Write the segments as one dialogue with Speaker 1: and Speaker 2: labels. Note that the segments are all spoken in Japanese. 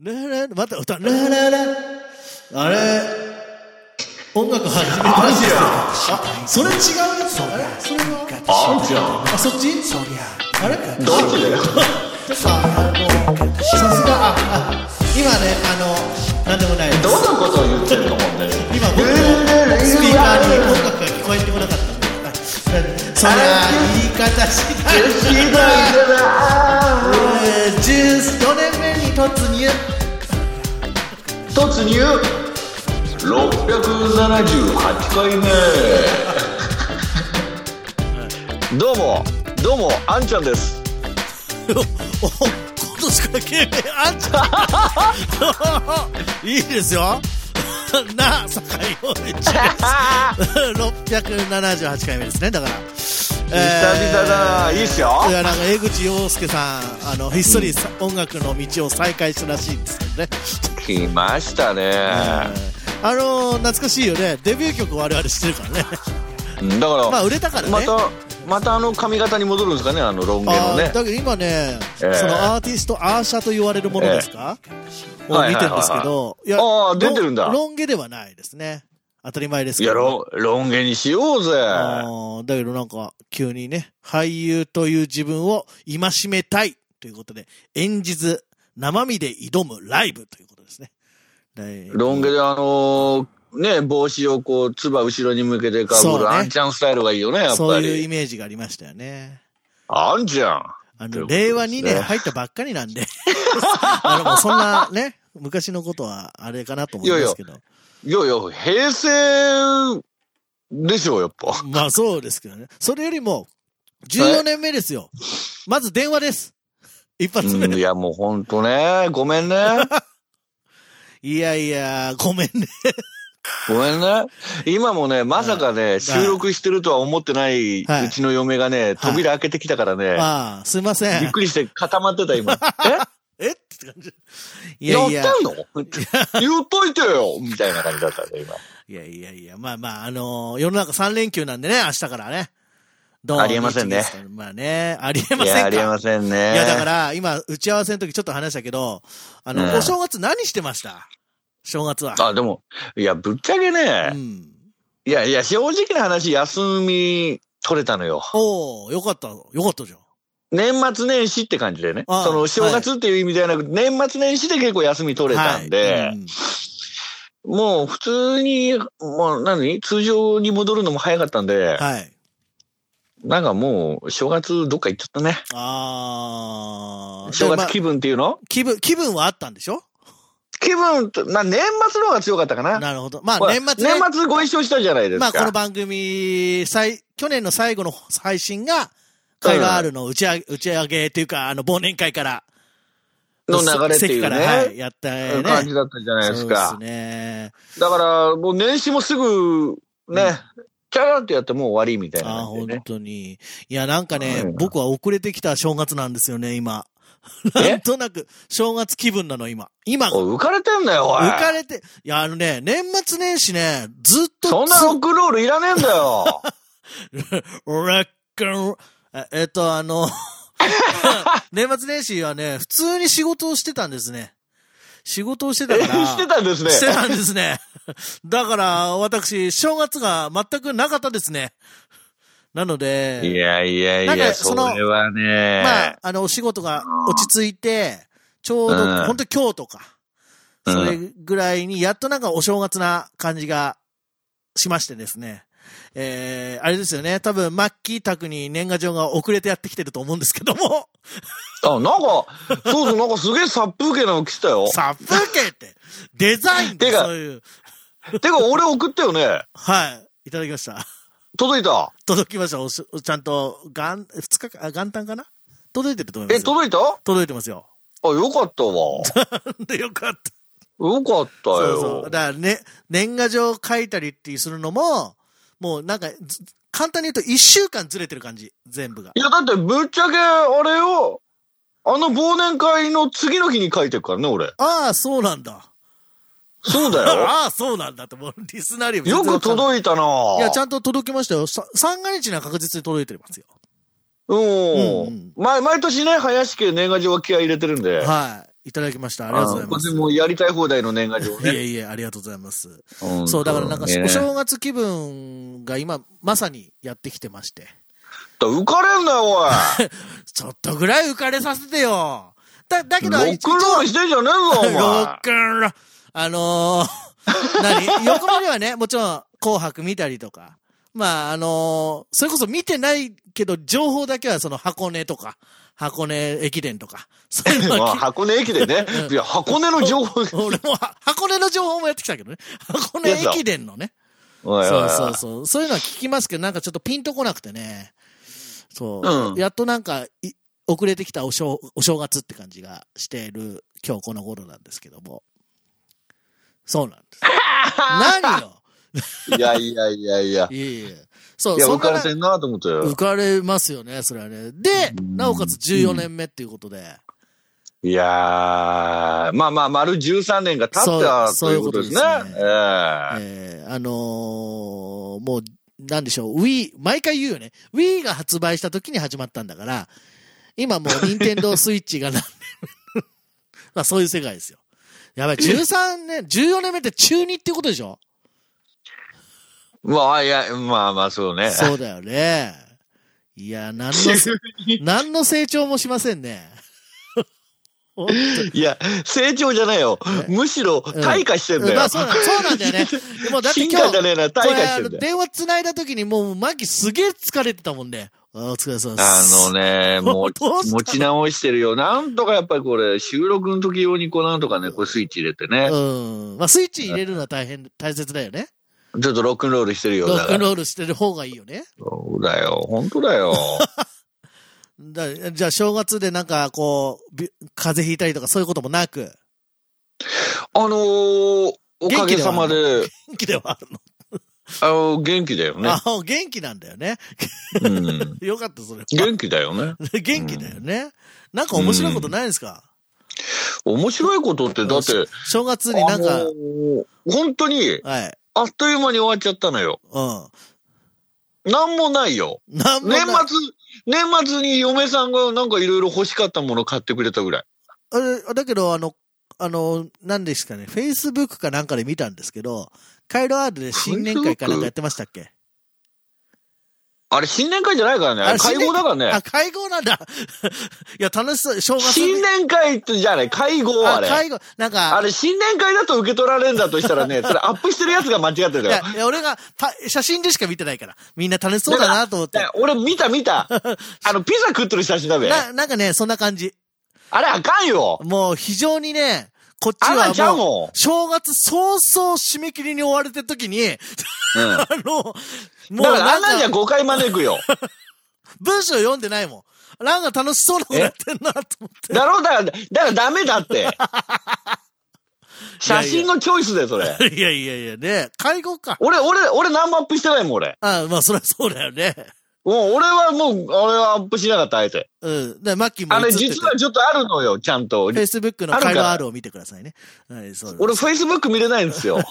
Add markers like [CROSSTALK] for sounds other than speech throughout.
Speaker 1: ララまた歌、ラララ。あれ、音楽始めたんですよ。あ、それ違うやつあれそれは
Speaker 2: あんじゃん
Speaker 1: あ、そっちあれ
Speaker 2: どっちだよ
Speaker 1: さすが、あ、あ、今ね、あの、なんでもないです。
Speaker 2: どんなことを言ってると思うんだよ
Speaker 1: 今僕のスピーカーに音楽が聞こえてこなかったんであそりゃ言い方次第だえー14年目に突入
Speaker 2: 突入678回目どうもどうもあんちゃんです
Speaker 1: おお今年から経験あんちゃん [LAUGHS] いいですよなあ酒井陽一678回目ですねだから久
Speaker 2: 久々だないいっすよ
Speaker 1: いやなんか江口洋介さんあのひっそりさ、音楽の道を再開したらしいんですけどね、
Speaker 2: 来ましたね
Speaker 1: あのー、懐かしいよねデビュー曲我々してるからね
Speaker 2: うんだから
Speaker 1: まあ売れたからね
Speaker 2: またまたあの髪型に戻るんですかねあのロン毛
Speaker 1: あ
Speaker 2: の
Speaker 1: ー
Speaker 2: ね
Speaker 1: だけど今ね、
Speaker 2: ええ
Speaker 1: そのアーティストアーシャと言われるものですか、を
Speaker 2: はいはいは
Speaker 1: 見て
Speaker 2: いはい
Speaker 1: るんですけど、い
Speaker 2: あー出てるんだ
Speaker 1: ロンロン毛ではないですね当たり前です
Speaker 2: い
Speaker 1: けど
Speaker 2: やロンロン毛にしようぜ
Speaker 1: あーだけどなんか急にね俳優という自分を戒めたいということで演じず生身で挑むライブということですねで
Speaker 2: ロン毛であのーね、帽子をこう、つば後ろに向けてか
Speaker 1: そ
Speaker 2: ぶ
Speaker 1: うね
Speaker 2: る、あんちゃんスタイルがいいよね、やっ
Speaker 1: そ
Speaker 2: ぱ
Speaker 1: ういうイ
Speaker 2: り。
Speaker 1: メージがありましたよね
Speaker 2: あんちゃん。
Speaker 1: あ
Speaker 2: という
Speaker 1: の、
Speaker 2: ことですね
Speaker 1: 令和2年入ったばっかりなん
Speaker 2: [LAUGHS]
Speaker 1: で、あの、もうそんなね、昔のことはあれかなと思いますけど。
Speaker 2: いやいや、平成でしょう、やっ [LAUGHS] ぱ。
Speaker 1: まあそうですけどね。それよりも、14年目ですよ。まず電話です。一発目
Speaker 2: うん、い。や、もうほんとね、ごめん [LAUGHS] ね。
Speaker 1: いやいや、ごめんね。
Speaker 2: ごめんね。今もね、まさかね、収録してるとは思ってない、う
Speaker 1: はい
Speaker 2: ちの嫁がね、扉開けてきたからね、
Speaker 1: ああ、すいませ
Speaker 2: びっ
Speaker 1: ん。
Speaker 2: くりして固まってた、今。
Speaker 1: えって感じ。い
Speaker 2: えや
Speaker 1: や
Speaker 2: っ
Speaker 1: い
Speaker 2: てん
Speaker 1: や、
Speaker 2: の [LAUGHS] 言っといてよみたいな感じだったんだ、今。
Speaker 1: いやいやいや、まあまあ、あのー世の中3連休なんでね、明日からね。ど
Speaker 2: ありえませんね。
Speaker 1: 日ですまあね、ありえま
Speaker 2: い
Speaker 1: せん
Speaker 2: や、
Speaker 1: か
Speaker 2: ありえませんね。
Speaker 1: いや、だから、今、打ち合わせの時ちょっと話したけど、あの、
Speaker 2: うん
Speaker 1: お正月何してました正月は。
Speaker 2: あ、でも、いや、ぶっちゃけね、
Speaker 1: うん。
Speaker 2: いやいや、正直な話、休み取れたのよ。
Speaker 1: おおよかった、よかったじゃん。
Speaker 2: 年末年始って感じでね。
Speaker 1: あ
Speaker 2: その、正月っていう意味ではなく、年末年始で結構休み取れたん
Speaker 1: は
Speaker 2: で
Speaker 1: い、うん
Speaker 2: もう普通に、もう何通常に戻るのも早かったんで、
Speaker 1: はい。
Speaker 2: なんかもう、正月どっか行っちゃったね。
Speaker 1: あー
Speaker 2: 正
Speaker 1: でま
Speaker 2: 月
Speaker 1: あ
Speaker 2: 気分っていうの、
Speaker 1: 気分、気分はあったんでしょ
Speaker 2: 気分と、まあ年末の方が強かったかな。
Speaker 1: なるほど。まあ、
Speaker 2: ほら
Speaker 1: 年末ね。
Speaker 2: 年末ご一緒したじゃないです
Speaker 1: まあ、
Speaker 2: か。
Speaker 1: この番組、最、去年の最後の配信が、会話あるの打ち上げ、打ち上げというか、あの、忘年会から、
Speaker 2: の流れってい
Speaker 1: 席
Speaker 2: うね。
Speaker 1: から、はい、やったね。
Speaker 2: 感じだったじゃないですか。
Speaker 1: そうですね。
Speaker 2: だから、もう年始もすぐ、
Speaker 1: うん
Speaker 2: ね、チャランってやってもう終わりみたいな
Speaker 1: ああ、
Speaker 2: 感じ
Speaker 1: 本
Speaker 2: でね。
Speaker 1: 当に。いや、なんかね、
Speaker 2: うん
Speaker 1: 僕は遅れてきた正月なんですよね、今。
Speaker 2: え
Speaker 1: なんとなく、正月気分なの、今。今、浮
Speaker 2: おい浮かれてんだよ、おい。
Speaker 1: かれて、いや、あのね、年末年始ね、ずっと、
Speaker 2: そんなロックンロールいらねえん
Speaker 1: [LAUGHS]
Speaker 2: だよ。
Speaker 1: レックン、ええっと、あ
Speaker 2: [LAUGHS]
Speaker 1: の、年末年始はね、普通に仕事をしてたんですね。仕事をしてたから。
Speaker 2: してたんですね。
Speaker 1: してたんですね。だから、私、正月が全くなかったですね。なので。
Speaker 2: いやいやい
Speaker 1: なんか
Speaker 2: や、
Speaker 1: そ
Speaker 2: そ
Speaker 1: の
Speaker 2: れはね。
Speaker 1: まあ、あの、お仕事が落ち着いて、ちょうど、
Speaker 2: うん
Speaker 1: 本当今日とか、
Speaker 2: うん
Speaker 1: それぐらいに、やっとなんかお正月な感じがしましてですね。えー、あれですよね。多分、マッキー宅に年賀状が遅れてやってきてると思うんですけども、
Speaker 2: あ、なんか、そうそう、なんかすげえ殺風景なの来てたよ。
Speaker 1: [LAUGHS] 殺風景って、デザインで
Speaker 2: てか
Speaker 1: そういう、
Speaker 2: てか、俺送ったよね。
Speaker 1: はい、いただきました。
Speaker 2: 届いた。
Speaker 1: 届きました。おしちゃんと、がん、二日か、あ元旦かな届いてると思いま
Speaker 2: え、
Speaker 1: すよ。
Speaker 2: 届いたあ、
Speaker 1: 届いてますよ。 [LAUGHS]
Speaker 2: よかったわ。
Speaker 1: で、よかった。
Speaker 2: よかった
Speaker 1: そう
Speaker 2: よ。
Speaker 1: そう。だからね、年賀状書いたりってするのも、もうなんか、ず簡単に言うと一週間ずれてる感じ、全部が。
Speaker 2: いや、だって、ぶっちゃけ、あれを、あの忘年会の次の日に書いてるからね、俺。
Speaker 1: ああ、そうなんだ。
Speaker 2: そうだよ。
Speaker 1: [LAUGHS] ああ、そうなんだって、もうリスナーにも
Speaker 2: よく届いたない
Speaker 1: や、ちゃ
Speaker 2: ん
Speaker 1: んと届きましたよ。さ三が日には確実に届いてますよ。
Speaker 2: うん
Speaker 1: うんうん
Speaker 2: 毎毎年ね、林家年賀状は気合い入れてるんで。
Speaker 1: はいただきました。ありがとうござい
Speaker 2: あこ
Speaker 1: ま
Speaker 2: っ
Speaker 1: す
Speaker 2: ち。もやりたい放題の年賀状
Speaker 1: い
Speaker 2: ね。
Speaker 1: えいえ、ありがとうございます。
Speaker 2: ん
Speaker 1: そう、だからなんか、
Speaker 2: ね
Speaker 1: お正月気分が今、まさにやってきてまして。
Speaker 2: 浮かれんなよ、おい。
Speaker 1: ちょっとぐらい浮かれさせてよ。だ、だけど、
Speaker 2: ロックンロールしてんじゃね
Speaker 1: [LAUGHS]
Speaker 2: えぞ、お前。
Speaker 1: ロックンロールあのー何横目にはね、もちろん、紅白見たりとか。まあ、あのーそれこそ見てないけど、情報だけはその箱根とか、箱根駅伝とか。そういうの
Speaker 2: ま
Speaker 1: は
Speaker 2: あ、
Speaker 1: き
Speaker 2: 箱根駅で
Speaker 1: [LAUGHS]
Speaker 2: ね。いや、箱根の情報。
Speaker 1: 俺もは箱根の情報もやってきたけどね。箱根駅伝のね。
Speaker 2: おいおい
Speaker 1: そ
Speaker 2: お
Speaker 1: う
Speaker 2: い
Speaker 1: そうそう。そういうのは聞きますけど、なんかちょっとピンとこなくてね。そう。
Speaker 2: うん
Speaker 1: やっとなんかい、遅れてきたお正お正月って感じがしている今日この頃なんですけども。そうなん
Speaker 2: [LAUGHS]
Speaker 1: です。何よ
Speaker 2: いやいやいやいや。
Speaker 1: いえいえ。そう、
Speaker 2: いや、
Speaker 1: そ
Speaker 2: 浮
Speaker 1: んな
Speaker 2: かれてんなと思った
Speaker 1: 浮
Speaker 2: よ。
Speaker 1: かれますよね、それはね。で、
Speaker 2: うん
Speaker 1: なおかつ14年目っていうことで。
Speaker 2: いやー、まあまあ、丸13年が経った
Speaker 1: そう
Speaker 2: ということですね。
Speaker 1: そういうことですね
Speaker 2: ええ
Speaker 1: えーあのーもう、なんでしょう、Wii、毎回言うよね。Wii が発売した時に始まったんだから、今もう任天
Speaker 2: [LAUGHS]
Speaker 1: 堂スイッチがな、まあそういう世界ですよ。やばい、13年、14年目って中2ってことでしょ
Speaker 2: まあ、いや、まあまあ、そうね。
Speaker 1: そうだよね。いや、何のせ、何の成長もしませんね。本当に
Speaker 2: [LAUGHS] いや、成長じゃないよ。むしろ、退化してんだよ。
Speaker 1: まあそうなんそうなんだよね。もうだって
Speaker 2: 進
Speaker 1: 今
Speaker 2: 化
Speaker 1: 日
Speaker 2: じゃ、ねえな、退化
Speaker 1: これ
Speaker 2: し
Speaker 1: あ
Speaker 2: てん
Speaker 1: の
Speaker 2: だよ。
Speaker 1: 電話繋いだ時にもうマキすげえ疲れてたもんね。あお疲れ様です。
Speaker 2: あのね、もう、
Speaker 1: どうした
Speaker 2: 持ち直してるよ。なんとかやっぱりこれ、収録の時用にこうなんとかね、これスイッチ入れてね。
Speaker 1: うん。まあ、スイッチ入れるのは大変、大切だよね。
Speaker 2: ちょっとロックンロールしてるよ。
Speaker 1: ロ
Speaker 2: だ
Speaker 1: ッ
Speaker 2: か
Speaker 1: クン
Speaker 2: ら。
Speaker 1: ロールしてる方がいいよね。
Speaker 2: そうだよ。本当
Speaker 1: [LAUGHS]
Speaker 2: だよ。
Speaker 1: だじゃあ、正月でなんか、こう、び風邪ひいたりとかそういうこともなく、
Speaker 2: あのー、おかげさまで、
Speaker 1: 元気ではあるの。
Speaker 2: あの、元気だよね。
Speaker 1: あ元気なんだよね。
Speaker 2: うん。
Speaker 1: よかった、それは。
Speaker 2: 元気だよね。
Speaker 1: 元気だよね。なんか面白いことないですか、
Speaker 2: 面白いことって、だって、
Speaker 1: 正月になんか、
Speaker 2: あのー本当に、
Speaker 1: はい。
Speaker 2: あっという間に終わっちゃったのよ。
Speaker 1: う
Speaker 2: なんもないよ。
Speaker 1: ん。なんもな
Speaker 2: 年
Speaker 1: い
Speaker 2: 末、年末に嫁さんがなんかいろいろ欲しかったもの買ってくれたぐらい。
Speaker 1: あれ、だけど、あの、あの、何ですかね、Facebook かなんかで見たんですけど、カイロアールで新年会かなんかやってましたっけ
Speaker 2: あれ新年会じゃないからね。あ
Speaker 1: あ
Speaker 2: れ
Speaker 1: れ
Speaker 2: 会合だから
Speaker 1: あ、
Speaker 2: ね。
Speaker 1: 会合なんだ。 [LAUGHS] いや、楽しそう、正月
Speaker 2: 新年会ってじゃない、会合あ
Speaker 1: あ、
Speaker 2: れ。
Speaker 1: 会合、なんか、
Speaker 2: あれ新年会だと受け取られるんだとし
Speaker 1: [LAUGHS]
Speaker 2: たらね、それアップしてるやつが間違って
Speaker 1: い
Speaker 2: た
Speaker 1: や
Speaker 2: よ。、
Speaker 1: いや俺がパ写真でしか見てないから、みんな楽しそうだなと思って。
Speaker 2: 俺見た
Speaker 1: [LAUGHS]
Speaker 2: 見た。あの、ピザ食ってる写真だべ。
Speaker 1: な、なんかね、そんな感じ。
Speaker 2: あれあかんよ。
Speaker 1: もう非常にね、こっち
Speaker 2: あらちゃ
Speaker 1: は
Speaker 2: う
Speaker 1: もう、
Speaker 2: もん。
Speaker 1: 正月早々締め切りに追われてる時に、 [LAUGHS]
Speaker 2: うん。
Speaker 1: あの、もう
Speaker 2: だからあ
Speaker 1: なん
Speaker 2: なんじゃ
Speaker 1: んか
Speaker 2: 誤解招くよ。
Speaker 1: 文章読んでないもん。なんか楽しそうなことやってんなと思って。 [LAUGHS]
Speaker 2: だろうだから、だからダメだって。写真のチョイスで、それ。
Speaker 1: いやいやいやね、会合か。
Speaker 2: 俺、俺、俺何もアップしてないもん、俺。
Speaker 1: あまあそりゃそうだよね。
Speaker 2: もう、俺はもう、俺はアップしなかった、あえて。
Speaker 1: うん。で、マッキーも
Speaker 2: あ
Speaker 1: 映っ
Speaker 2: れ、
Speaker 1: てて。
Speaker 2: 実はちょっとあるのよ、ちゃんと。
Speaker 1: Facebook のカイロ R を見てくださいね。はい、そうです
Speaker 2: 俺、Facebook 見れないんですよ。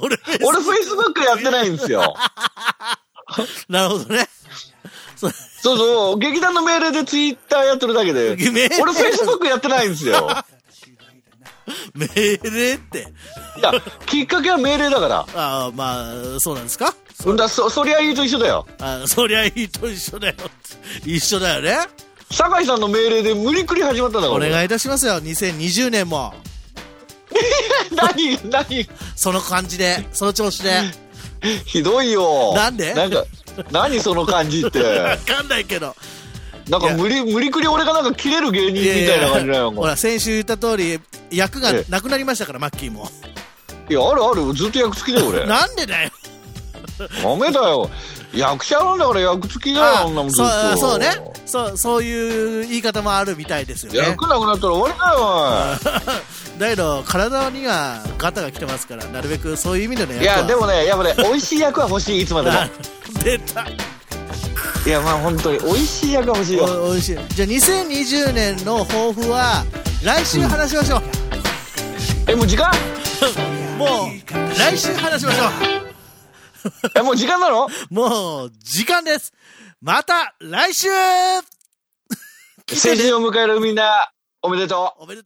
Speaker 1: 俺、 [LAUGHS]
Speaker 2: 俺、Facebook やってないんですよ。
Speaker 1: なるほどね。
Speaker 2: そうそう、劇団の命令で Twitter やってるだ
Speaker 1: [LAUGHS]
Speaker 2: けで。
Speaker 1: 命令
Speaker 2: 俺、Facebook やってないんですよ。
Speaker 1: 命令って。
Speaker 2: いや、きっかけは命令だから。
Speaker 1: ああ、まあ、そうなんですか
Speaker 2: うんだ、そ、そりゃいいと一緒だよ。
Speaker 1: あそりゃいいと一緒だよ。一緒だよね。
Speaker 2: 酒井さんの命令で無理くり始まったんだから。
Speaker 1: お願いいたしますよ。2020年も。
Speaker 2: [LAUGHS] 何、何、
Speaker 1: その感じで、その調子で。
Speaker 2: ひどいよ。
Speaker 1: なんで
Speaker 2: なんか、何その感じって。
Speaker 1: わかんないけど。
Speaker 2: なんか無理、無理くり俺がなんか切れる芸人みたいな感じだよ。も
Speaker 1: ほ
Speaker 2: う
Speaker 1: ら、先週言った通り、役が
Speaker 2: え
Speaker 1: なくなりましたから、マッキーも。
Speaker 2: いや、あるある、ずっと役付きだよ、俺。ダ
Speaker 1: なんでだよ。
Speaker 2: メだよ。役者なんだから役付きだよ、
Speaker 1: あ
Speaker 2: あんなもんず
Speaker 1: そ
Speaker 2: っ
Speaker 1: う
Speaker 2: と。
Speaker 1: あそうね。そう、そういう言い方もあるみたいですよね。
Speaker 2: 役なくなったら終わりだよ
Speaker 1: だけど、体にはガタが来てますから、なるべくそういう意味での
Speaker 2: お
Speaker 1: 役
Speaker 2: い。い
Speaker 1: は
Speaker 2: や、でもね、やっぱね、美味しい役は欲しい、いつまでも。
Speaker 1: あ出た
Speaker 2: いや、まあ本当に、美味しい役は欲しいよ。
Speaker 1: おおいしいじゃあ2020年の抱負は来週話しましょう、
Speaker 2: え、もう時間
Speaker 1: もう来週話しましょ
Speaker 2: え、もう時間なの
Speaker 1: うもう時間ですまた来週
Speaker 2: 成人を迎えるみんな、
Speaker 3: おめでとう
Speaker 2: おめでとう